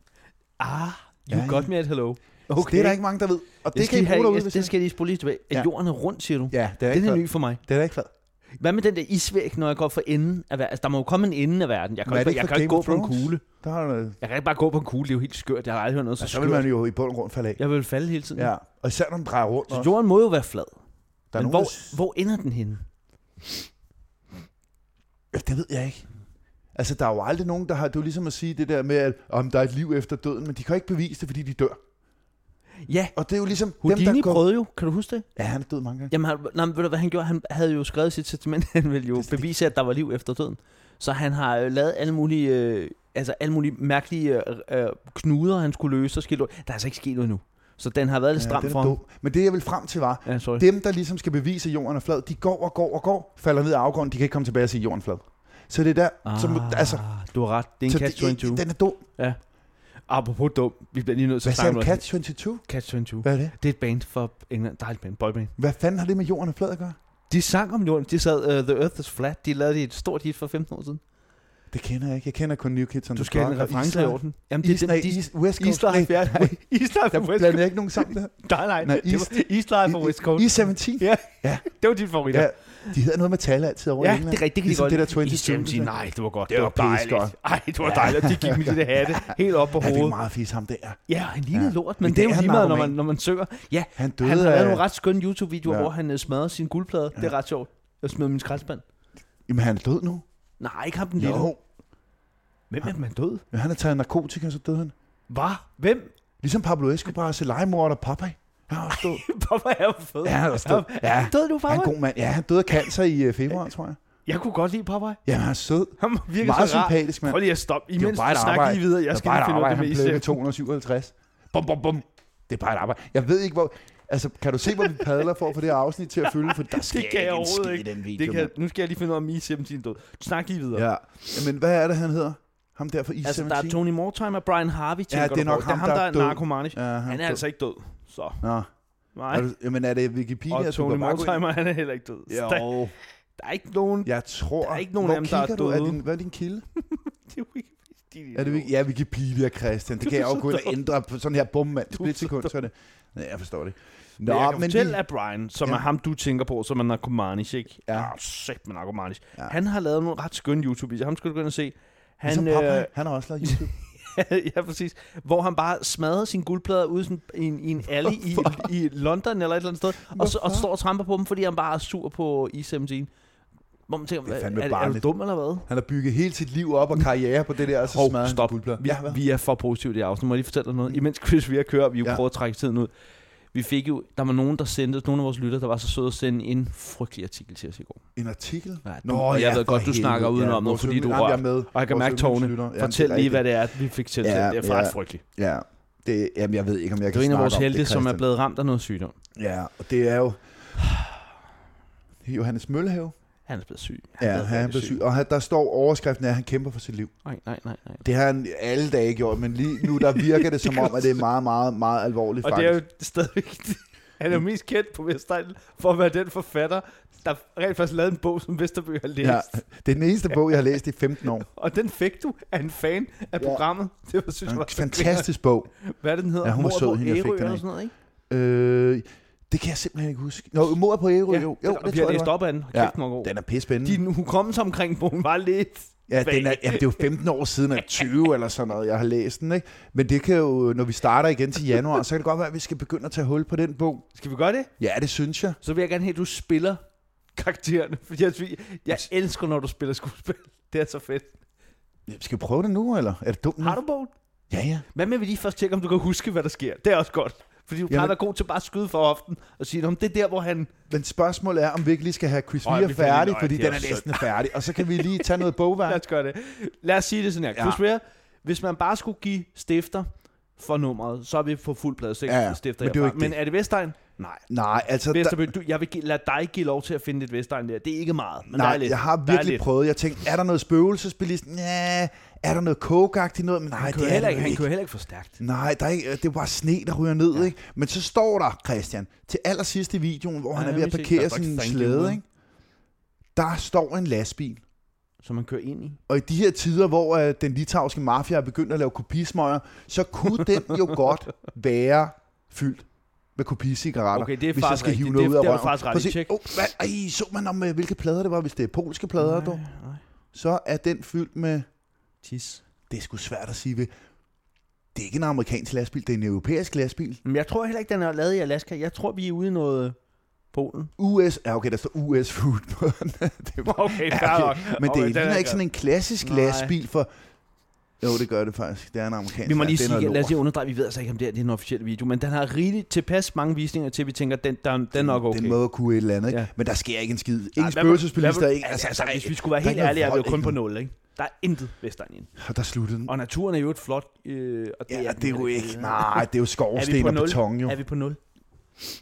Speaker 1: Ah, you
Speaker 2: Ja,
Speaker 1: ja, got me at hello.
Speaker 2: Okay. Så det er der ikke mange, der ved. Og det,
Speaker 1: Jeg
Speaker 2: det
Speaker 1: skal
Speaker 2: kan I
Speaker 1: lige have-
Speaker 2: bruge derude,
Speaker 1: jeg-
Speaker 2: hvis
Speaker 1: Det
Speaker 2: I-
Speaker 1: skal jeg lige spole lige tilbage.
Speaker 2: Ja.
Speaker 1: At jorden er rundt, siger du.
Speaker 2: Ja, det er
Speaker 1: Den
Speaker 2: ikke
Speaker 1: er
Speaker 2: fed.
Speaker 1: ny for mig.
Speaker 2: Det er da ikke fed.
Speaker 1: Hvad med den der isvæg, når jeg går for enden af verden? Altså, der må jo komme en ende af verden. Jeg kan,
Speaker 2: Men er
Speaker 1: ikke,
Speaker 2: det
Speaker 1: jeg
Speaker 2: ikke
Speaker 1: kan
Speaker 2: fra
Speaker 1: ikke gå på
Speaker 2: Game
Speaker 1: en
Speaker 2: of
Speaker 1: kugle.
Speaker 2: Der er noget
Speaker 1: Jeg kan ikke bare gå på en kugle. Det er jo helt skørt. Jeg har aldrig hørt noget så,
Speaker 2: Ja,
Speaker 1: så
Speaker 2: så vil
Speaker 1: skørt.
Speaker 2: man jo i bund og grund falde af.
Speaker 1: Jeg vil falde hele tiden.
Speaker 2: Ja, og især når den drejer rundt.
Speaker 1: Så
Speaker 2: også.
Speaker 1: jorden må jo være flad.
Speaker 2: der er
Speaker 1: Men
Speaker 2: nogen,
Speaker 1: hvor,
Speaker 2: der s-
Speaker 1: hvor ender den henne?
Speaker 2: Ja, Det ved jeg ikke. Altså, der er jo aldrig nogen, der har... Det er jo ligesom at sige det der med, at om der er et liv efter døden, men de kan jo ikke bevise det, fordi de dør.
Speaker 1: Ja,
Speaker 2: Og det er jo ligesom
Speaker 1: Houdini
Speaker 2: dem,
Speaker 1: dem,
Speaker 2: der går...
Speaker 1: prøvede jo, kan du huske det?
Speaker 2: Ja, han er død mange gange.
Speaker 1: Jamen, han, nej, men ved du, hvad han gjorde? Han havde jo skrevet i sit testament, <laughs> han ville jo
Speaker 2: Det- det-
Speaker 1: bevise, at der var liv efter døden. Så han har øh, lavet alle mulige, øh, altså alle mulige mærkelige øh, øh, knuder, han skulle løse. Og skilte. ud. Der er altså ikke sket noget endnu. Så den har været lidt stram
Speaker 2: den er
Speaker 1: for ham.
Speaker 2: dum. Men det, jeg vil frem til, var,
Speaker 1: Ja, sorry.
Speaker 2: dem, der ligesom skal bevise, at jorden er flad, de går og går og går, falder ned af afgrunden, de kan ikke komme tilbage og sige, at jorden er flad. Så det er der, ah, som, altså...
Speaker 1: du har ret. Det er
Speaker 2: så
Speaker 1: en catch
Speaker 2: det-
Speaker 1: 22.
Speaker 2: Den er dum.
Speaker 1: Apropos dum, vi bliver lige nødt til
Speaker 2: Hvad
Speaker 1: at
Speaker 2: sagde
Speaker 1: snakke
Speaker 2: du?
Speaker 1: om noget.
Speaker 2: Catch 22?
Speaker 1: Catch 22.
Speaker 2: Hvad er det?
Speaker 1: Det er et band for England. Dejligt band. Boyband.
Speaker 2: Hvad fanden har det med jorden er flad at gøre?
Speaker 1: De sang om jorden. De sad uh, The Earth is Flat. De lavede et stort hit for 15 år siden.
Speaker 2: Det kender jeg ikke. Jeg kender kun New Kids on
Speaker 1: Du
Speaker 2: the
Speaker 1: skal have en
Speaker 2: Block og
Speaker 1: reference i
Speaker 2: Island.
Speaker 1: orden. Jamen,
Speaker 2: Island,
Speaker 1: det er
Speaker 2: Is- West Coast.
Speaker 1: Island
Speaker 2: Nej,
Speaker 1: er
Speaker 2: nej,
Speaker 1: <laughs> Island for
Speaker 2: Der
Speaker 1: West
Speaker 2: blander
Speaker 1: Coast.
Speaker 2: jeg ikke nogen sammen der.
Speaker 1: Nej, nej.
Speaker 2: Nej,
Speaker 1: det
Speaker 2: East-
Speaker 1: var Island for West Coast.
Speaker 2: I, I 17.
Speaker 1: Ja. Det var din favorit.
Speaker 2: Ja, de hedder noget med tal altid over i
Speaker 1: Ja,
Speaker 2: England.
Speaker 1: det er rigtigt. Det kan
Speaker 2: Ligesom
Speaker 1: de
Speaker 2: det
Speaker 1: godt.
Speaker 2: der 22.
Speaker 1: I 17, nej, det var godt.
Speaker 2: Det
Speaker 1: Det,
Speaker 2: var
Speaker 1: var, dejligt.
Speaker 2: pissegodt.
Speaker 1: Ej, det var dejligt. De gik med de der hatte helt op på
Speaker 2: <laughs> Ja, det er
Speaker 1: hovedet.
Speaker 2: meget fisk ham der.
Speaker 1: Ja, han lignede
Speaker 2: Ja.
Speaker 1: lort,
Speaker 2: Men
Speaker 1: men det er
Speaker 2: det
Speaker 1: jo
Speaker 2: er
Speaker 1: lige meget, når
Speaker 2: narkoman.
Speaker 1: man, når man synger. Ja,
Speaker 2: Han
Speaker 1: han
Speaker 2: døde
Speaker 1: har lavet
Speaker 2: af...
Speaker 1: nogle ret skønne YouTube-videoer,
Speaker 2: Ja.
Speaker 1: hvor han øh, smadrer sin guldplade. Det er ret sjovt. Jeg smed min skraldspand.
Speaker 2: Jamen, han er død nu.
Speaker 1: Nej, ikke ham den lille.
Speaker 2: Jo.
Speaker 1: Hvem er man død?
Speaker 2: Ja, han har taget narkotika, så døde han.
Speaker 1: Hvad? Hvem? <laughs>
Speaker 2: Ligesom Pablo Escobar, Seleimord og Popeye. Han er også
Speaker 1: <laughs>
Speaker 2: død.
Speaker 1: Papa er jo fed.
Speaker 2: Ja, han er også død. Ja,
Speaker 1: Død du,
Speaker 2: han er
Speaker 1: Papa?
Speaker 2: en god mand. Ja, han døde af cancer i øh, februar, tror jeg.
Speaker 1: Jeg kunne godt lide Papa.
Speaker 2: Jamen, han er sød.
Speaker 1: Han virker
Speaker 2: Meget
Speaker 1: så rar.
Speaker 2: sympatisk, mand.
Speaker 1: Prøv lige at stoppe.
Speaker 2: jo
Speaker 1: Imens
Speaker 2: bare
Speaker 1: du
Speaker 2: et
Speaker 1: snakker
Speaker 2: arbejde.
Speaker 1: lige videre. Jeg
Speaker 2: Der
Speaker 1: skal
Speaker 2: var
Speaker 1: lige
Speaker 2: et
Speaker 1: finde ud af
Speaker 2: arbejde,
Speaker 1: det
Speaker 2: han
Speaker 1: med
Speaker 2: blev ved
Speaker 1: især.
Speaker 2: 257. Bum, bum, bum. Det er bare et arbejde. Jeg ved ikke, hvor... Altså, kan du se, hvor vi padler for at få det her afsnit til at fylde? For
Speaker 1: <laughs>
Speaker 2: der sker
Speaker 1: kan jeg
Speaker 2: ikke en
Speaker 1: overhovedet
Speaker 2: skid i
Speaker 1: ikke.
Speaker 2: den video.
Speaker 1: Det kan, nu skal jeg lige finde ud af, om Isem sin død. Snak lige videre.
Speaker 2: mand. Ja. Men hvad er det, han hedder? Ham der fra I-17?
Speaker 1: Altså, der er Tony Mortimer og Brian Harvey, tænker
Speaker 2: det er
Speaker 1: du
Speaker 2: nok
Speaker 1: på. det er
Speaker 2: ham,
Speaker 1: ham,
Speaker 2: der
Speaker 1: der,
Speaker 2: er
Speaker 1: er
Speaker 2: død.
Speaker 1: narkomanisk.
Speaker 2: Ja, han,
Speaker 1: Han er
Speaker 2: død.
Speaker 1: altså ikke død, så
Speaker 2: Nå.
Speaker 1: nej.
Speaker 2: Er du, jamen, er det Wikipedia?
Speaker 1: Og
Speaker 2: du
Speaker 1: Tony
Speaker 2: kan bare gå ind-
Speaker 1: Mortimer, han er heller ikke død. Så Der,
Speaker 2: Jo,
Speaker 1: der er ikke nogen...
Speaker 2: jeg tror...
Speaker 1: Der er ikke nogen
Speaker 2: Hvor
Speaker 1: af dem, der er
Speaker 2: kigger du? Er
Speaker 1: døde.
Speaker 2: din, hvad er din kilde?
Speaker 1: Det er jo ikke- de-
Speaker 2: Er det, Wiki- ja, Wikipedia, Christian. Det
Speaker 1: <laughs>
Speaker 2: kan
Speaker 1: Du
Speaker 2: jeg
Speaker 1: er
Speaker 2: jo
Speaker 1: så
Speaker 2: gå ind
Speaker 1: dum.
Speaker 2: og ændre på sådan her bum, mand.
Speaker 1: Du er
Speaker 2: Split
Speaker 1: så
Speaker 2: sekund,
Speaker 1: dum.
Speaker 2: så er det. Ja, jeg forstår det.
Speaker 1: Nå, jeg kan
Speaker 2: men
Speaker 1: fortælle,
Speaker 2: vi-
Speaker 1: at Brian, som
Speaker 2: Ja.
Speaker 1: er ham, du tænker på, som er narkomanisk, ikke?
Speaker 2: Ja.
Speaker 1: Ah, sæt med narkomanisk.
Speaker 2: Ja.
Speaker 1: Ja. Han har lavet nogle ret skønne YouTube-videoer. Ham skal du gå ind og se.
Speaker 2: ligesom
Speaker 1: Han,
Speaker 2: Popeye,
Speaker 1: øh,
Speaker 2: han har også lavet YouTube.
Speaker 1: <laughs> ja, præcis. Hvor han bare smadrer sine guldplader ude sådan i, en, i en alley i, i London eller et eller andet sted, og, så, og
Speaker 2: Hvorfor?
Speaker 1: står og tramper på dem, fordi han bare er sur på ISM-scene. Hvor man tænker,
Speaker 2: Det er
Speaker 1: er,
Speaker 2: fandme
Speaker 1: er, er du
Speaker 2: barnligt.
Speaker 1: dum eller hvad?
Speaker 2: Han har bygget hele sit liv op og karriere på det der, og så
Speaker 1: Hov,
Speaker 2: smadrer han
Speaker 1: stop.
Speaker 2: guldplader.
Speaker 1: Vi,
Speaker 2: Ja,
Speaker 1: ja,
Speaker 2: hvad?
Speaker 1: vi er for positive i det her afsnit. Må jeg lige fortælle dig noget? Imens Chris Vere kører, vi jo
Speaker 2: Ja.
Speaker 1: Mm. ja. prøver at trække tiden ud. Vi fik jo, der var nogen, der sendte, nogle af vores lytter, der var så søde at sende en frygtelig artikel til os i går.
Speaker 2: En artikel?
Speaker 1: Ja, du- og jeg ved
Speaker 2: for
Speaker 1: godt, du
Speaker 2: helvede.
Speaker 1: snakker udenom nu,
Speaker 2: vores
Speaker 1: fordi
Speaker 2: yndlings-
Speaker 1: du
Speaker 2: Jamen,
Speaker 1: rører.
Speaker 2: jeg er med.
Speaker 1: Og jeg kan
Speaker 2: Vores
Speaker 1: mærke tårne.
Speaker 2: yndlingslytter. Jamen,
Speaker 1: Fortæl
Speaker 2: det er
Speaker 1: lige,
Speaker 2: rigtigt.
Speaker 1: hvad det er, at vi fik tilsendt.
Speaker 2: Ja,
Speaker 1: Ja, det er ret
Speaker 2: ja.
Speaker 1: frygteligt.
Speaker 2: Ja, det, jamen, jeg ved ikke, om jeg
Speaker 1: Det er
Speaker 2: kan
Speaker 1: en af vores
Speaker 2: snakke om
Speaker 1: helte,
Speaker 2: det,
Speaker 1: som er
Speaker 2: Christian.
Speaker 1: blevet ramt af noget sygdom.
Speaker 2: Ja, og det er jo... <sighs> Det er Johannes Møllehave.
Speaker 1: Han er blevet syg.
Speaker 2: Ja,
Speaker 1: er
Speaker 2: han er
Speaker 1: rigtig
Speaker 2: blevet syg. Og han- der står overskriften af, at han kæmper for sit liv.
Speaker 1: Nej, nej, nej, nej.
Speaker 2: Det har han alle dage gjort, men lige nu der
Speaker 1: <laughs>
Speaker 2: virker det som om, at det er meget, meget, meget alvorligt
Speaker 1: Og det
Speaker 2: faktisk.
Speaker 1: er jo stadigvæk... <laughs> Han er jo mest kendt på Vestegn for at være den forfatter, der rent faktisk lavede en bog, som Vesterbøg har læst.
Speaker 2: ja, det er den eneste bog, jeg har læst i 15 år.
Speaker 1: Og den fik du af en fan af
Speaker 2: Ja.
Speaker 1: programmet. <laughs> Det var, synes jeg, var
Speaker 2: En
Speaker 1: så
Speaker 2: fantastisk bog.
Speaker 1: grineren. Hvad er det, den hedder?
Speaker 2: Ja, hun var
Speaker 1: Mordet
Speaker 2: sød,
Speaker 1: på
Speaker 2: hende, jeg fik
Speaker 1: Ærø
Speaker 2: den af.
Speaker 1: eller sådan noget, ikke?
Speaker 2: Øh, det kan jeg simpelthen ikke huske. Nå, mor på Ærø, ja, jo. jo
Speaker 1: og
Speaker 2: det
Speaker 1: vi har
Speaker 2: tror jeg,
Speaker 1: læst
Speaker 2: det var.
Speaker 1: op af den. Hold
Speaker 2: Ja. Mm.
Speaker 1: Kæft, ja. god.
Speaker 2: Den er pissespændende.
Speaker 1: Din hukommelse omkring bogen var lidt...
Speaker 2: ja, den er, jamen, det er jo 15 år siden, eller
Speaker 1: <laughs>
Speaker 2: 20 eller sådan noget, jeg har læst den. Ikke? Men det kan jo, når vi starter igen til januar, så kan det godt være, at vi skal begynde at tage hul på den bog.
Speaker 1: Skal vi gøre det?
Speaker 2: Ja, det synes jeg.
Speaker 1: Så vil jeg gerne have, at du spiller karaktererne. Fordi jeg, synes- jeg elsker, når du spiller skuespil. Det er så fedt.
Speaker 2: Skal vi prøve det nu, eller er det dumt? nu?
Speaker 1: Har du bogen?
Speaker 2: Ja, ja.
Speaker 1: Hvad med, at vi lige først tjekker, om du kan huske, hvad der sker? Det er også godt. Fordi du plejer
Speaker 2: Jamen-
Speaker 1: at være god til bare at skyde for often og sige, om det er der, hvor han...
Speaker 2: Men spørgsmålet er, om vi ikke lige skal have Chris
Speaker 1: Øj,
Speaker 2: Vere
Speaker 1: vi finder
Speaker 2: færdig,
Speaker 1: lige- Øj,
Speaker 2: fordi
Speaker 1: det er
Speaker 2: den er
Speaker 1: også
Speaker 2: næsten færdig. Og så kan vi lige tage
Speaker 1: <laughs>
Speaker 2: noget bogværk.
Speaker 1: Lad os gøre det. Lad os sige det sådan her.
Speaker 2: Ja.
Speaker 1: Chris Ware, hvis man bare skulle give stifter for nummeret, så er vi på fuld plade
Speaker 2: Ja, ja.
Speaker 1: ja, stifter
Speaker 2: Men det er jo
Speaker 1: herfra.
Speaker 2: ikke
Speaker 1: Men er det Vestegn? Nej.
Speaker 2: Nej, altså... Der,
Speaker 1: Vesterbø, du, jeg vil give, lade dig give lov til at finde dit Vestegn der. Det er ikke meget, men der er
Speaker 2: nej,
Speaker 1: lidt.
Speaker 2: jeg har
Speaker 1: Der er
Speaker 2: virkelig
Speaker 1: lidt.
Speaker 2: prøvet. Jeg tænkte, er der noget spøgelsesbilist? Ja, er der noget kogagtigt noget? Men nej,
Speaker 1: Han
Speaker 2: det
Speaker 1: kører,
Speaker 2: er
Speaker 1: heller
Speaker 2: der
Speaker 1: ikke,
Speaker 2: jo
Speaker 1: han
Speaker 2: ikke.
Speaker 1: kører heller ikke for stærkt.
Speaker 2: Nej, der er ikke, det er bare sne, der ryger ned, ja. ikke? Men så står der, Christian, til allersidst i videoen, hvor
Speaker 1: Ja,
Speaker 2: han er
Speaker 1: jeg
Speaker 2: ved at
Speaker 1: vil se-
Speaker 2: parkere
Speaker 1: That's like
Speaker 2: sin
Speaker 1: thank you,
Speaker 2: slæde,
Speaker 1: man.
Speaker 2: ikke? Der står en lastbil.
Speaker 1: Som man kører ind i.
Speaker 2: Og i de her tider, hvor øh, den litauiske mafia er begyndt at lave kopismøger, så kunne den jo
Speaker 1: <laughs>
Speaker 2: godt være fyldt med kopicigaretter,
Speaker 1: Okay, det er
Speaker 2: hvis jeg
Speaker 1: faktisk
Speaker 2: skal hive
Speaker 1: rigtigt.
Speaker 2: noget
Speaker 1: Det-
Speaker 2: ud af
Speaker 1: det er du
Speaker 2: røven.
Speaker 1: faktisk ret
Speaker 2: Prøv at
Speaker 1: i.
Speaker 2: se.
Speaker 1: Tjek.
Speaker 2: Oh, hvad? Ej, så man om, øh, hvilke plader det var, hvis det er polske plader, du?
Speaker 1: nej.
Speaker 2: Så er den fyldt med,
Speaker 1: Tis.
Speaker 2: det er sgu svært at sige ved, det er ikke en amerikansk lastbil, det er en europæisk lastbil.
Speaker 1: Men jeg tror heller ikke, den er lavet i Alaska. Jeg tror, vi er ude i noget Polen.
Speaker 2: US, ja okay, der står US Food på den. <laughs> det var,
Speaker 1: Okay,
Speaker 2: <laughs> Ja,
Speaker 1: fair nok.
Speaker 2: Men
Speaker 1: Okay,
Speaker 2: det
Speaker 1: den er
Speaker 2: ligner ikke
Speaker 1: ikke-
Speaker 2: sådan en klassisk
Speaker 1: Nej.
Speaker 2: lastbil for... Jo, det gør det faktisk. Det er en amerikansk.
Speaker 1: Vi må
Speaker 2: ja,
Speaker 1: lige
Speaker 2: Altså, det er
Speaker 1: sige,
Speaker 2: noget
Speaker 1: lad os
Speaker 2: lort.
Speaker 1: lige underdreje, vi ved altså ikke, om det her det er en officiel video, men den har rigeligt tilpas mange visninger til, at vi tænker, den, der, den er nok okay.
Speaker 2: Den måde at kunne et eller andet, ikke?
Speaker 1: Ja.
Speaker 2: Ja. Men der sker ikke en skid.
Speaker 1: Nej,
Speaker 2: Ingen
Speaker 1: hvad vil- hvad
Speaker 2: spøgelsespilister,
Speaker 1: vil-
Speaker 2: ikke?
Speaker 1: Altså, altså,
Speaker 2: Altså, der,
Speaker 1: hvis vi skulle være
Speaker 2: der er
Speaker 1: helt
Speaker 2: ikke
Speaker 1: ærlige, er vi
Speaker 2: noget
Speaker 1: jo kun
Speaker 2: vold
Speaker 1: på
Speaker 2: i
Speaker 1: nul, ikke? Der er intet Vestegnen.
Speaker 2: og der sluttede den.
Speaker 1: Og naturen er jo et flot... Øh, og
Speaker 2: Ja, det er
Speaker 1: den
Speaker 2: jo
Speaker 1: ikke. <laughs>
Speaker 2: ikke. Nej,
Speaker 1: øh,
Speaker 2: det er jo
Speaker 1: Er vi
Speaker 2: skovsten
Speaker 1: på
Speaker 2: og
Speaker 1: nul?
Speaker 2: beton, jo.
Speaker 1: Er vi på nul?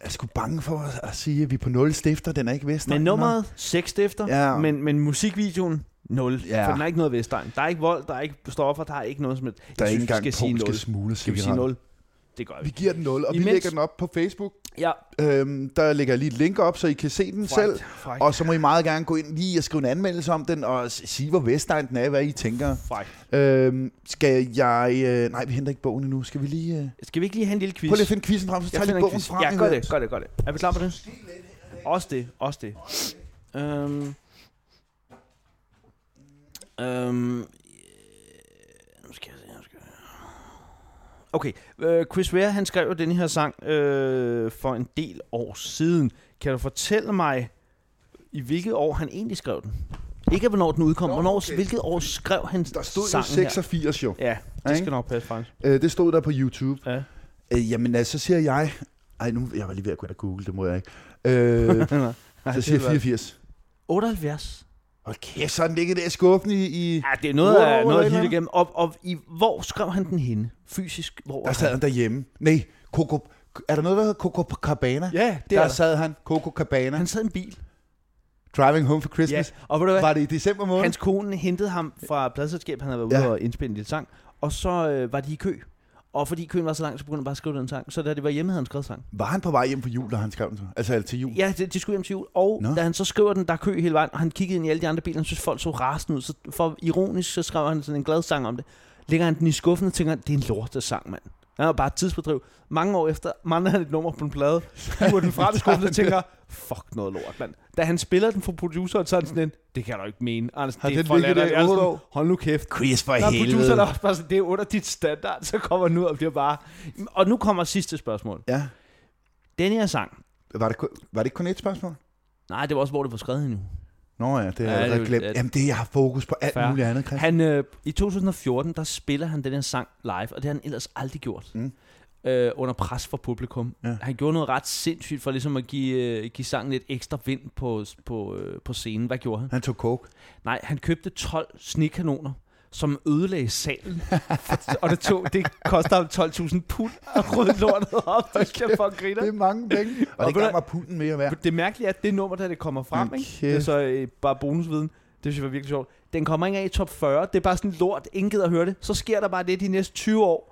Speaker 2: Jeg er sgu bange for at- at sige, at vi er på nul stifter. Den er ikke vest.
Speaker 1: Men nummeret, seks stifter, ja.
Speaker 2: Ja.
Speaker 1: men, men musikvideoen, nul. Ja.
Speaker 2: Ja.
Speaker 1: For den er ikke noget Vestegn. Der er ikke vold, der er ikke stoffer, der er ikke noget som helst. Jeg
Speaker 2: Der er ikke
Speaker 1: synes, vi
Speaker 2: engang
Speaker 1: skal sige
Speaker 2: polske
Speaker 1: nul.
Speaker 2: smule
Speaker 1: Skal vi sige nul? Det gør
Speaker 2: Vi
Speaker 1: vi.
Speaker 2: giver den 0, og
Speaker 1: Imens-
Speaker 2: vi lægger den op på Facebook.
Speaker 1: Ja,
Speaker 2: Øhm, der lægger jeg lige et link op, så I kan se den selv.
Speaker 1: Frækt,
Speaker 2: Og så må I meget gerne gå ind lige og skrive en anmeldelse om den, og s- sige, hvor Vestegn den er, hvad I tænker.
Speaker 1: frækt.
Speaker 2: Øhm, skal jeg... Øh, nej, vi henter ikke bogen endnu. Skal vi lige... Øh,
Speaker 1: Skal vi ikke lige have en lille quiz?
Speaker 2: prøv lige at finde quizzen frem, så tager
Speaker 1: finder
Speaker 2: lige
Speaker 1: en
Speaker 2: bogen
Speaker 1: quiz.
Speaker 2: frem.
Speaker 1: Ja,
Speaker 2: i
Speaker 1: gør
Speaker 2: øvrigt.
Speaker 1: det, gør det, gør det. Er vi klar på det? Også det, også det. Øhm, øhm, øh, nu skal jeg se, nu skal jeg... Okay, øh, Chris Ware, han skrev jo den her sang øh, for en del år siden. Kan du fortælle mig, i hvilket år han egentlig skrev den? Ikke hvornår den udkom,
Speaker 2: Nå,
Speaker 1: hvornår,
Speaker 2: okay.
Speaker 1: hvilket år skrev han
Speaker 2: Der stod jo
Speaker 1: sangen her?
Speaker 2: 86 jo.
Speaker 1: Ja,
Speaker 2: ikke?
Speaker 1: det skal nok passe faktisk.
Speaker 2: Øh, det stod der på YouTube.
Speaker 1: Ja.
Speaker 2: Øh, jamen, altså, så siger jeg... Ej, nu, jeg var lige ved at gå ind og google, det må jeg ikke.
Speaker 1: <laughs>
Speaker 2: Øh,
Speaker 1: Nej,
Speaker 2: så
Speaker 1: det
Speaker 2: siger jeg
Speaker 1: var-
Speaker 2: 84.
Speaker 1: 78.
Speaker 2: Hold kæft, så har den ligger der i skuffen i... i
Speaker 1: Ja, det er noget, af,
Speaker 2: Wow,
Speaker 1: noget at
Speaker 2: eller-
Speaker 1: hitte igennem. Og, og i, hvor skrev han den henne? Fysisk? Hvor
Speaker 2: der sad han derhjemme. Nej, Coco... Er der noget, der hedder Coco Cabana?
Speaker 1: Ja, det
Speaker 2: der,
Speaker 1: er
Speaker 2: der
Speaker 1: der.
Speaker 2: sad han, Coco Cabana,
Speaker 1: Han sad i en bil.
Speaker 2: Driving Home for
Speaker 1: Ja.
Speaker 2: Christmas.
Speaker 1: Og ved du hvad?
Speaker 2: Var det i december måned?
Speaker 1: Hans kone hentede ham fra pladselskab, han havde været ude
Speaker 2: Ja.
Speaker 1: og indspille en lille sang. Og så øh, var de i kø. Og fordi køen var så lang, så begyndte han bare at skrive den sang. Så da det var hjemme, havde han skrevet sang.
Speaker 2: Var han på vej hjem på jul, da han skrev den så? Altså til jul?
Speaker 1: Ja, de, de skulle hjem til jul. Og Nå.
Speaker 2: Nå.
Speaker 1: da han så skriver den, der er kø hele vejen, og han kiggede ind i alle de andre biler, han synes, folk så rasende ud. Så for ironisk, så skrev han sådan en glad sang om det. Lægger han den i skuffen og tænker, det er en lortet sang, mand. Han var bare et tidsfordriv. Mange år efter mangler han et nummer på en plade. Han må den frem i skuffen og tænker, fuck noget lort, mand. Da han spiller den for produceren, så er han sådan en, det kan du ikke mene, Anders,
Speaker 2: Har
Speaker 1: det er
Speaker 2: den
Speaker 1: for
Speaker 2: ligget
Speaker 1: latterligt."
Speaker 2: der i
Speaker 1: Jeg er
Speaker 2: otte
Speaker 1: sådan,
Speaker 2: år?
Speaker 1: Hold nu kæft.
Speaker 2: Chris for
Speaker 1: Der er produceren er også bare sådan, det er under dit standard, så kommer han ud og bliver bare... Og nu kommer sidste spørgsmål.
Speaker 2: Ja.
Speaker 1: Den her sang,
Speaker 2: Var det, kun- var det ikke kun et spørgsmål?
Speaker 1: nej, det var også, hvor det var skrevet endnu.
Speaker 2: Nå ja, det har
Speaker 1: Ja, det
Speaker 2: jeg
Speaker 1: er jo-
Speaker 2: allerede glemt.
Speaker 1: at-
Speaker 2: Jamen det, jeg har fokus på alt
Speaker 1: Fair.
Speaker 2: muligt andet, Chris.
Speaker 1: Han, øh, I 2014, der spiller han den her sang live, og det har han ellers aldrig gjort. Mm.
Speaker 2: Mm.
Speaker 1: Øh, under pres fra publikum. Ja.
Speaker 2: Ja.
Speaker 1: Han gjorde noget ret sindssygt for ligesom at give, øh, give sangen lidt ekstra vind på, på, øh, på scenen. Hvad gjorde han?
Speaker 2: Han tog coke.
Speaker 1: Nej, han købte 12 snekanoner som ødelagde salen. og det, tog, det koster ham 12.000 pund at rydde lortet op. Det skal folk grine.
Speaker 2: Det er mange penge.
Speaker 1: Og
Speaker 2: Og det
Speaker 1: ved
Speaker 2: gav
Speaker 1: du-
Speaker 2: mig pulten mere værd.
Speaker 1: Det mærkelige er, at det nummer, der det kommer frem,
Speaker 2: Men
Speaker 1: ikke? det er
Speaker 2: kæft.
Speaker 1: så øh, bare bonusviden, det synes jeg var virkelig sjovt. Den kommer ikke af i top 40, det er bare sådan lort, ingen gider at høre det. Så sker der bare det de næste 20 år,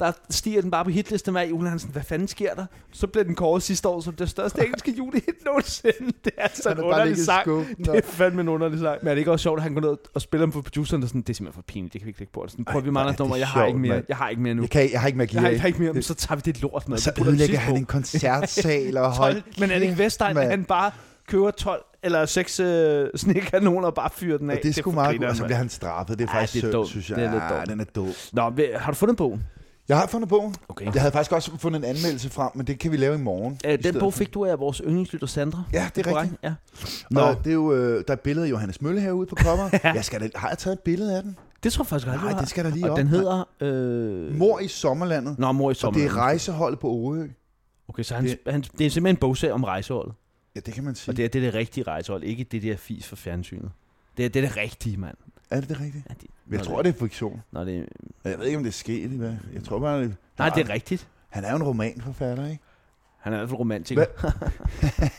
Speaker 1: der stiger den bare på hitlisten hver jul, han sådan, hvad fanden sker der? Så blev den kåret sidste år som det største engelske julehit nogensinde. <laughs> Det er
Speaker 2: Han
Speaker 1: sådan en
Speaker 2: har bare
Speaker 1: underlig
Speaker 2: ligget i
Speaker 1: sang.
Speaker 2: skuffen,
Speaker 1: Det
Speaker 2: og-
Speaker 1: er fandme en underlig sang. Men er det ikke også sjovt, at han går ned og spiller dem for produceren, og sådan, det er simpelthen for pinligt, det kan vi ikke lægge på. Og Sådan, prøv,
Speaker 2: Ej,
Speaker 1: vi
Speaker 2: hvor er
Speaker 1: mangler et
Speaker 2: det
Speaker 1: nummer, jeg har,
Speaker 2: sjovt,
Speaker 1: ikke mere,
Speaker 2: mand.
Speaker 1: jeg har ikke mere nu.
Speaker 2: Jeg, kan, jeg har ikke mere
Speaker 1: Jeg har, jeg har
Speaker 2: gear.
Speaker 1: ikke mere, men så tager vi det lort med.
Speaker 2: Så
Speaker 1: Vi putter det
Speaker 2: ødelægger
Speaker 1: sidst på.
Speaker 2: han en koncertsal
Speaker 1: <laughs>
Speaker 2: og
Speaker 1: 12,
Speaker 2: hold.
Speaker 1: men er det ikke Vestegn, at
Speaker 2: mand.
Speaker 1: han bare køber 12 eller 6 øh, snekanoner og bare fyrer den af?
Speaker 2: Og det er sgu meget godt, og så
Speaker 1: forgriner,
Speaker 2: bliver han straffet. Det er
Speaker 1: Ej,
Speaker 2: faktisk
Speaker 1: det er
Speaker 2: synd,
Speaker 1: dumt.
Speaker 2: synes jeg.
Speaker 1: Det er lidt
Speaker 2: Ja,
Speaker 1: dumt.
Speaker 2: den er dum.
Speaker 1: mand. Nå, ved- har du fundet bogen?
Speaker 2: Jeg har fundet bogen.
Speaker 1: Okay.
Speaker 2: Jeg havde faktisk også fundet en anmeldelse frem, men det kan vi lave i morgen. i
Speaker 1: Øh, den
Speaker 2: stedet
Speaker 1: bog
Speaker 2: for.
Speaker 1: fik du af vores yndlingslytter Sandra.
Speaker 2: Ja, det er rigtigt.
Speaker 1: Ja. Nå,
Speaker 2: Nå. Og det er jo, øh, der er et billede af Johannes Mølle herude på
Speaker 1: <laughs>
Speaker 2: cover. jeg skal da, har jeg taget et billede af den?
Speaker 1: det tror jeg faktisk aldrig,
Speaker 2: Nej,
Speaker 1: du har.
Speaker 2: det skal der lige
Speaker 1: Og
Speaker 2: op.
Speaker 1: den hedder... Øh...
Speaker 2: Mor i sommerlandet.
Speaker 1: Nå, Mor i
Speaker 2: Og det
Speaker 1: sommeren.
Speaker 2: er rejseholdet på Orø.
Speaker 1: Okay, så han, det...
Speaker 2: det-
Speaker 1: Han, det er simpelthen en bogserie om rejseholdet.
Speaker 2: Ja, det kan man sige.
Speaker 1: Og det er det, er det rigtige rejsehold, ikke det der fis for fjernsynet. Det er det, er det rigtige, mand.
Speaker 2: Er det det rigtigt?
Speaker 1: Ja, det,
Speaker 2: Jeg tror, det er fiktion.
Speaker 1: Nå, det,
Speaker 2: Jeg ved ikke, om det er sket. Hvad? Jeg tror bare, det...
Speaker 1: nej, det er rigtigt.
Speaker 2: Han er jo en romanforfatter, ikke?
Speaker 1: Han er i hvert fald romantiker. <laughs> ja.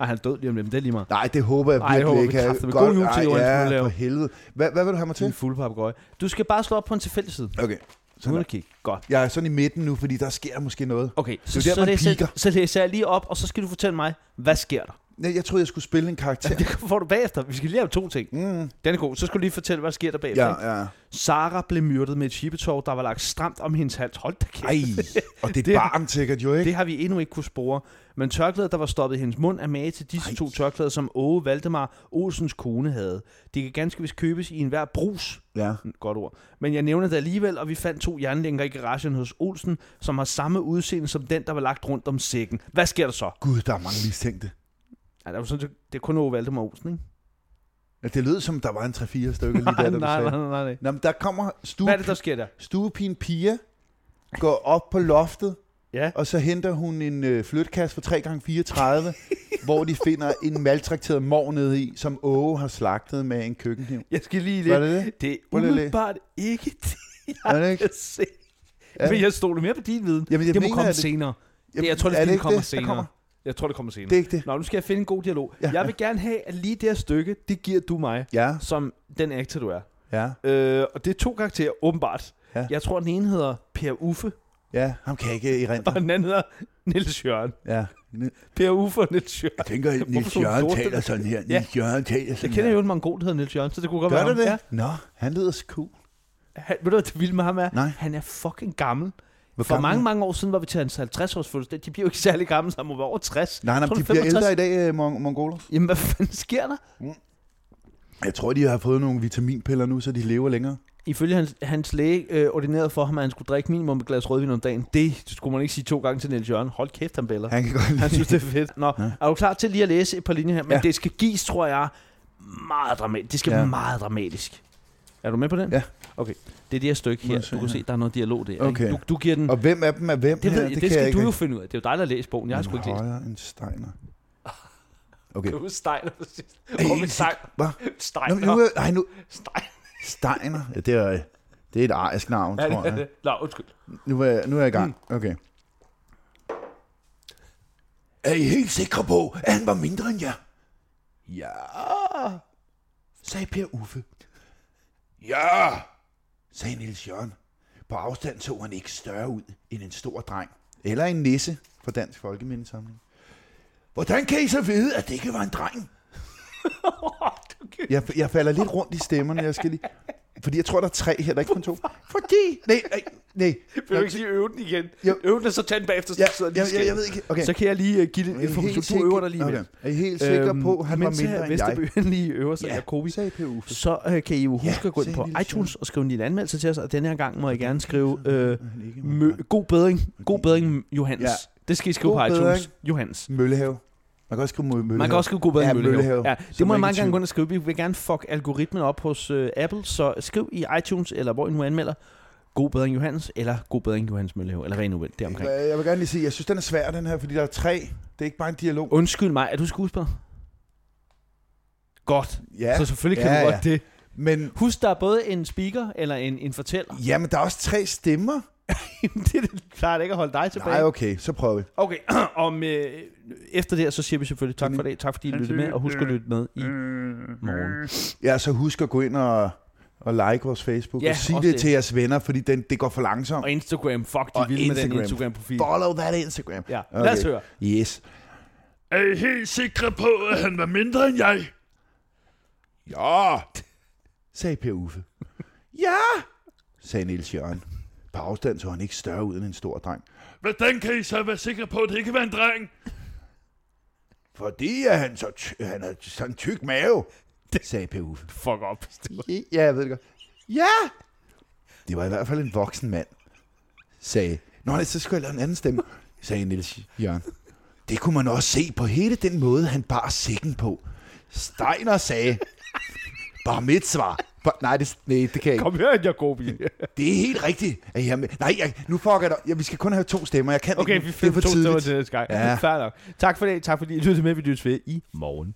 Speaker 1: Ej, han er død lige om lidt, men det er lige meget.
Speaker 2: Nej, nej, det håber jeg
Speaker 1: Ej, jeg
Speaker 2: virkelig
Speaker 1: håber
Speaker 2: ikke.
Speaker 1: kraftedeme. God jul til Johannes
Speaker 2: Johannes
Speaker 1: Mølle.
Speaker 2: Ja, for helvede. Hvad, hvad vil du have mig
Speaker 1: Til en
Speaker 2: til?
Speaker 1: fuld papegøje. Du skal bare slå op på en tilfældig side.
Speaker 2: Mm. Okay. Sådan
Speaker 1: Uden
Speaker 2: der.
Speaker 1: at kigge. Godt.
Speaker 2: Jeg er sådan i midten nu, fordi der sker måske noget.
Speaker 1: Okay, så,
Speaker 2: jo der,
Speaker 1: så,
Speaker 2: man
Speaker 1: læser,
Speaker 2: piker.
Speaker 1: så læser jeg lige op, og så skal du fortælle mig, hvad sker der?
Speaker 2: Nej, Jeg troede, jeg skulle spille en karakter.
Speaker 1: <laughs> Det får du bagefter. Vi skal lige lave to ting.
Speaker 2: Mm.
Speaker 1: Den er god. Så skal du lige fortælle, hvad sker der bagefter.
Speaker 2: Ja,
Speaker 1: Ja.
Speaker 2: ja.
Speaker 1: Sara blev myrdet med et chibetov, der var lagt stramt om hendes hals. Hold da kæft.
Speaker 2: Ej, og det
Speaker 1: Det-
Speaker 2: er barn sikkert jo, ikke?
Speaker 1: Det har vi endnu ikke kunne spore. Men tørklædet, der var stoppet i hendes mund, er mage til disse Ej.
Speaker 2: Ej.
Speaker 1: to tørklæder, som Åge Valdemar Olsens kone havde. De kan ganske vist købes i enhver brus,
Speaker 2: Ja.
Speaker 1: godt ord. Men jeg nævner det alligevel, og vi fandt to jernlænker i garagen hos Olsen, som har samme udseende som den, der var lagt rundt om sækken. Hvad sker der så?
Speaker 2: Gud, der er mange mistænkte.
Speaker 1: Ja, der er jo sådan, det er kun Ove Valdemar Olsen, ikke?
Speaker 2: Ja, det lød som, der var en 3-4 stykker lige der, da du
Speaker 1: nej, nej,
Speaker 2: sagde.
Speaker 1: nej, nej.
Speaker 2: Nå, men der kommer
Speaker 1: Hvad
Speaker 2: stue,
Speaker 1: er det, der sker der?
Speaker 2: stuepigen Pia, går op på loftet,
Speaker 1: Ja.
Speaker 2: og så henter hun en øh, flytkasse for
Speaker 1: <laughs>
Speaker 2: 3x34, hvor de finder en maltrakteret mor nede i, som Åge har slagtet med en køkkenkniv.
Speaker 1: Jeg skal lige
Speaker 2: Var
Speaker 1: lidt.
Speaker 2: det det?
Speaker 1: Det er
Speaker 2: Prøv lige at læse.
Speaker 1: umiddelbart ikke det,
Speaker 2: Er det
Speaker 1: jeg
Speaker 2: ikke?
Speaker 1: kan se.
Speaker 2: Er det-
Speaker 1: Men jeg stoler mere på din viden.
Speaker 2: Jamen, jeg
Speaker 1: Det må
Speaker 2: mener,
Speaker 1: komme
Speaker 2: at det-
Speaker 1: senere.
Speaker 2: Jamen,
Speaker 1: det, jeg tror, det, det,
Speaker 2: er det
Speaker 1: det
Speaker 2: ikke
Speaker 1: kommer
Speaker 2: det, der
Speaker 1: senere.
Speaker 2: kommer?
Speaker 1: Jeg tror, det kommer senere.
Speaker 2: Det er ikke det.
Speaker 1: Nå, nu skal jeg finde en god dialog.
Speaker 2: Ja.
Speaker 1: Ja. Jeg vil gerne have, at lige det her stykke, det giver du mig,
Speaker 2: Ja,
Speaker 1: som den actor, du er.
Speaker 2: ja,
Speaker 1: Øh, og det er to karakterer, åbenbart.
Speaker 2: Ja.
Speaker 1: Ja. Jeg tror, den ene hedder Per Uffe,
Speaker 2: ja. Ham kan jeg ikke erindre.
Speaker 1: og den anden hedder Niels Jørgen.
Speaker 2: Ja. Jeg
Speaker 1: Per Uffe og Niels Jørgen.
Speaker 2: tænker, at Niels
Speaker 1: Hvorfor
Speaker 2: Jørgen
Speaker 1: lort det
Speaker 2: taler
Speaker 1: der?
Speaker 2: sådan her.
Speaker 1: Ja.
Speaker 2: Niels Jørgen taler
Speaker 1: Jeg
Speaker 2: sådan
Speaker 1: kender
Speaker 2: her.
Speaker 1: jo en mongol, der hedder Niels Jørgen, så det kunne godt
Speaker 2: Gør
Speaker 1: være
Speaker 2: du det?
Speaker 1: ham.
Speaker 2: Nå, han lyder så cool.
Speaker 1: Ja. Han, ved du, hvad det vilde med ham er?
Speaker 2: Nej.
Speaker 1: Han er fucking gammel.
Speaker 2: Hvor
Speaker 1: For
Speaker 2: gammel
Speaker 1: mange,
Speaker 2: er-
Speaker 1: mange år siden var vi til hans 50-års fødselsdag. De bliver jo ikke særlig gamle, så han må være over 60.
Speaker 2: Nej, nej,
Speaker 1: Tror
Speaker 2: de
Speaker 1: du,
Speaker 2: bliver
Speaker 1: 65?
Speaker 2: ældre i dag, øh, mon- mongoler.
Speaker 1: Jamen, hvad fanden sker der?
Speaker 2: Jeg tror, de har fået nogle vitaminpiller nu, så de lever længere.
Speaker 1: Ifølge hans, hans læge øh, ordinerede for ham, at han skulle drikke minimum et glas rødvin om dagen. Det skulle man ikke sige to gange til Niels Jørgen. Hold kæft, han bæller.
Speaker 2: Han kan godt lide
Speaker 1: Han synes, det er fedt. Nå,
Speaker 2: Ja.
Speaker 1: er du klar til lige at læse et par linjer her? Men
Speaker 2: Ja.
Speaker 1: ja. det skal gives, tror jeg, meget dramatisk. Det skal
Speaker 2: Ja.
Speaker 1: ja. meget dramatisk. Er du med på den?
Speaker 2: Ja.
Speaker 1: Okay, det er det her stykke
Speaker 2: Må
Speaker 1: her.
Speaker 2: jeg se
Speaker 1: Du kan
Speaker 2: her.
Speaker 1: se, der er noget dialog der. ikke?
Speaker 2: Okay.
Speaker 1: Du, du giver den...
Speaker 2: Og hvem af dem er hvem?
Speaker 1: det,
Speaker 2: her?
Speaker 1: ved, jeg, det,
Speaker 2: kan
Speaker 1: skal
Speaker 2: jeg
Speaker 1: du
Speaker 2: ikke
Speaker 1: jo
Speaker 2: rigtig-
Speaker 1: finde ud af. Det er jo dig, der har læst bogen. Jeg har sgu ikke læst.
Speaker 2: Højere end Steiner. Okay.
Speaker 1: Du stejler præcis.
Speaker 2: Ej,
Speaker 1: Hvor min stejl?
Speaker 2: Hva? Nå,
Speaker 1: Stejler.
Speaker 2: men nu, er- nej, nu,
Speaker 1: Stejl.
Speaker 2: Steiner. Ja, det, er, det er et arisk navn,
Speaker 1: Ja,
Speaker 2: tror
Speaker 1: det er
Speaker 2: jeg.
Speaker 1: det. Nå, undskyld.
Speaker 2: Nu er, jeg- nu er jeg i gang. Okay. Er I helt sikre på, at han var mindre end jer? Ja, sagde Per Uffe. Ja, sagde Niels Jørgen. På afstand så han ikke større ud end en stor dreng. Eller en nisse fra Dansk Folkemindesamling. Hvordan kan I så vide, at det ikke var en dreng?
Speaker 1: Du kan-
Speaker 2: Jeg, jeg falder lidt rundt i stemmerne, jeg skal lige... Fordi jeg tror, der er tre her, der er ikke kun to. Fordi... Nej, nej, nej.
Speaker 1: Vil du ikke lige øve den igen?
Speaker 2: Jo.
Speaker 1: Øve den, og så tag den bagefter.
Speaker 2: Ja,
Speaker 1: så sidder den
Speaker 2: jeg,
Speaker 1: lige
Speaker 2: jeg,
Speaker 1: skævt.
Speaker 2: jeg ved ikke. Okay.
Speaker 1: Så kan jeg lige uh, give lidt
Speaker 2: Er I helt
Speaker 1: information. Du
Speaker 2: sikker-
Speaker 1: øver dig lige med.
Speaker 2: okay. Er I helt sikre på, at han var
Speaker 1: Øhm, mens
Speaker 2: mindre end jeg?
Speaker 1: Vesterbø han lige øver sig
Speaker 2: Ja,
Speaker 1: ja. Jacobi,
Speaker 2: sagde Per Uffe.
Speaker 1: så øh, kan I jo huske
Speaker 2: Ja,
Speaker 1: ja, at gå ind
Speaker 2: sagde
Speaker 1: på
Speaker 2: lille
Speaker 1: iTunes og skrive en lille anmeldelse til os, og denne her gang må I gerne skrive øh,
Speaker 2: Han ikke var
Speaker 1: mø-
Speaker 2: mindre.
Speaker 1: god bedring, god bedring Johannes.
Speaker 2: Ja.
Speaker 1: Ja. Det skal I skrive
Speaker 2: God
Speaker 1: god på iTunes.
Speaker 2: bedring.
Speaker 1: Bedring. Johannes.
Speaker 2: Møllehave. Man kan også skrive Møllehave.
Speaker 1: Man kan også skrive god bedring
Speaker 2: Ja,
Speaker 1: ja, Møllehave.
Speaker 2: Møllehave.
Speaker 1: Ja,
Speaker 2: Så
Speaker 1: det må
Speaker 2: man
Speaker 1: I
Speaker 2: ikke i
Speaker 1: mange gange
Speaker 2: tvivl.
Speaker 1: gå ind og skrive. Vi vil gerne fuck algoritmen op hos øh, Apple, så skriv i iTunes, eller hvor I nu anmelder, god bedring Johannes, eller god bedring Johannes Møllehave, eller hvad I nu vil deromkring.
Speaker 2: Jeg vil gerne lige sige, jeg synes, den er svær, den her, fordi der er tre. Det er ikke bare en dialog.
Speaker 1: Undskyld mig, er du skuespiller? Godt.
Speaker 2: Ja,
Speaker 1: Ja. Så selvfølgelig kan
Speaker 2: Ja,
Speaker 1: ja, du
Speaker 2: ja.
Speaker 1: godt det.
Speaker 2: men,
Speaker 1: Husk, der er både en speaker eller en, en fortæller. <laughs>
Speaker 2: ja, men der er også tre stemmer.
Speaker 1: det er det klart ikke at holde dig tilbage.
Speaker 2: Nej, okay, så prøver vi.
Speaker 1: okay. <clears throat> og med, efter det her, så siger vi selvfølgelig tak for det. Tak fordi I lyttede med, og husk at lytte med i morgen.
Speaker 2: Ja, så husk at gå ind og, og like vores Facebook,
Speaker 1: Ja,
Speaker 2: og sig
Speaker 1: også
Speaker 2: det
Speaker 1: det.
Speaker 2: til jeres venner, fordi den, det går for langsomt.
Speaker 1: Og Instagram, fuck, de
Speaker 2: Og
Speaker 1: er vilde med den
Speaker 2: Instagram.
Speaker 1: Instagram-profil.
Speaker 2: Follow that Instagram.
Speaker 1: Ja,
Speaker 2: Okay.
Speaker 1: lad os høre.
Speaker 2: Yes.
Speaker 3: Er I helt sikre på, at han var mindre end jeg?
Speaker 2: Ja, sagde Per Uffe. ja, sagde Niels Jørgen. På afstand så han ikke større ud end en stor dreng.
Speaker 3: Hvordan kan I så være sikre på, at det ikke var en dreng?
Speaker 2: Fordi at han, så ty- han har sådan en tyk mave, sagde Per Uffe.
Speaker 1: Fuck op.
Speaker 2: Ja, jeg ved det godt. Ja! Det var i hvert fald en voksen mand, sagde... Nå, nej, så skulle jeg lave en anden stemme, sagde Niels Jørgen. Det kunne man også se på hele den måde, han bar sækken på. Steiner sagde... Bare mit svar. Bar, nej, det, nej, det kan jeg ikke.
Speaker 1: <laughs> Kom her, Jacobi.
Speaker 2: <laughs> Det er helt rigtigt. At jeg er med. Nej, jeg, nu fucker jeg dig. Ja, vi skal kun have to stemmer. Jeg kan
Speaker 1: Okay,
Speaker 2: ikke.
Speaker 1: vi
Speaker 2: Det er
Speaker 1: finder
Speaker 2: for
Speaker 1: to stemmer
Speaker 2: tidligt.
Speaker 1: til næste gang.
Speaker 2: Ja.
Speaker 1: Ja. Fair nok. Tak for det. Tak fordi I lyttede med. Vi lyttes ved i morgen.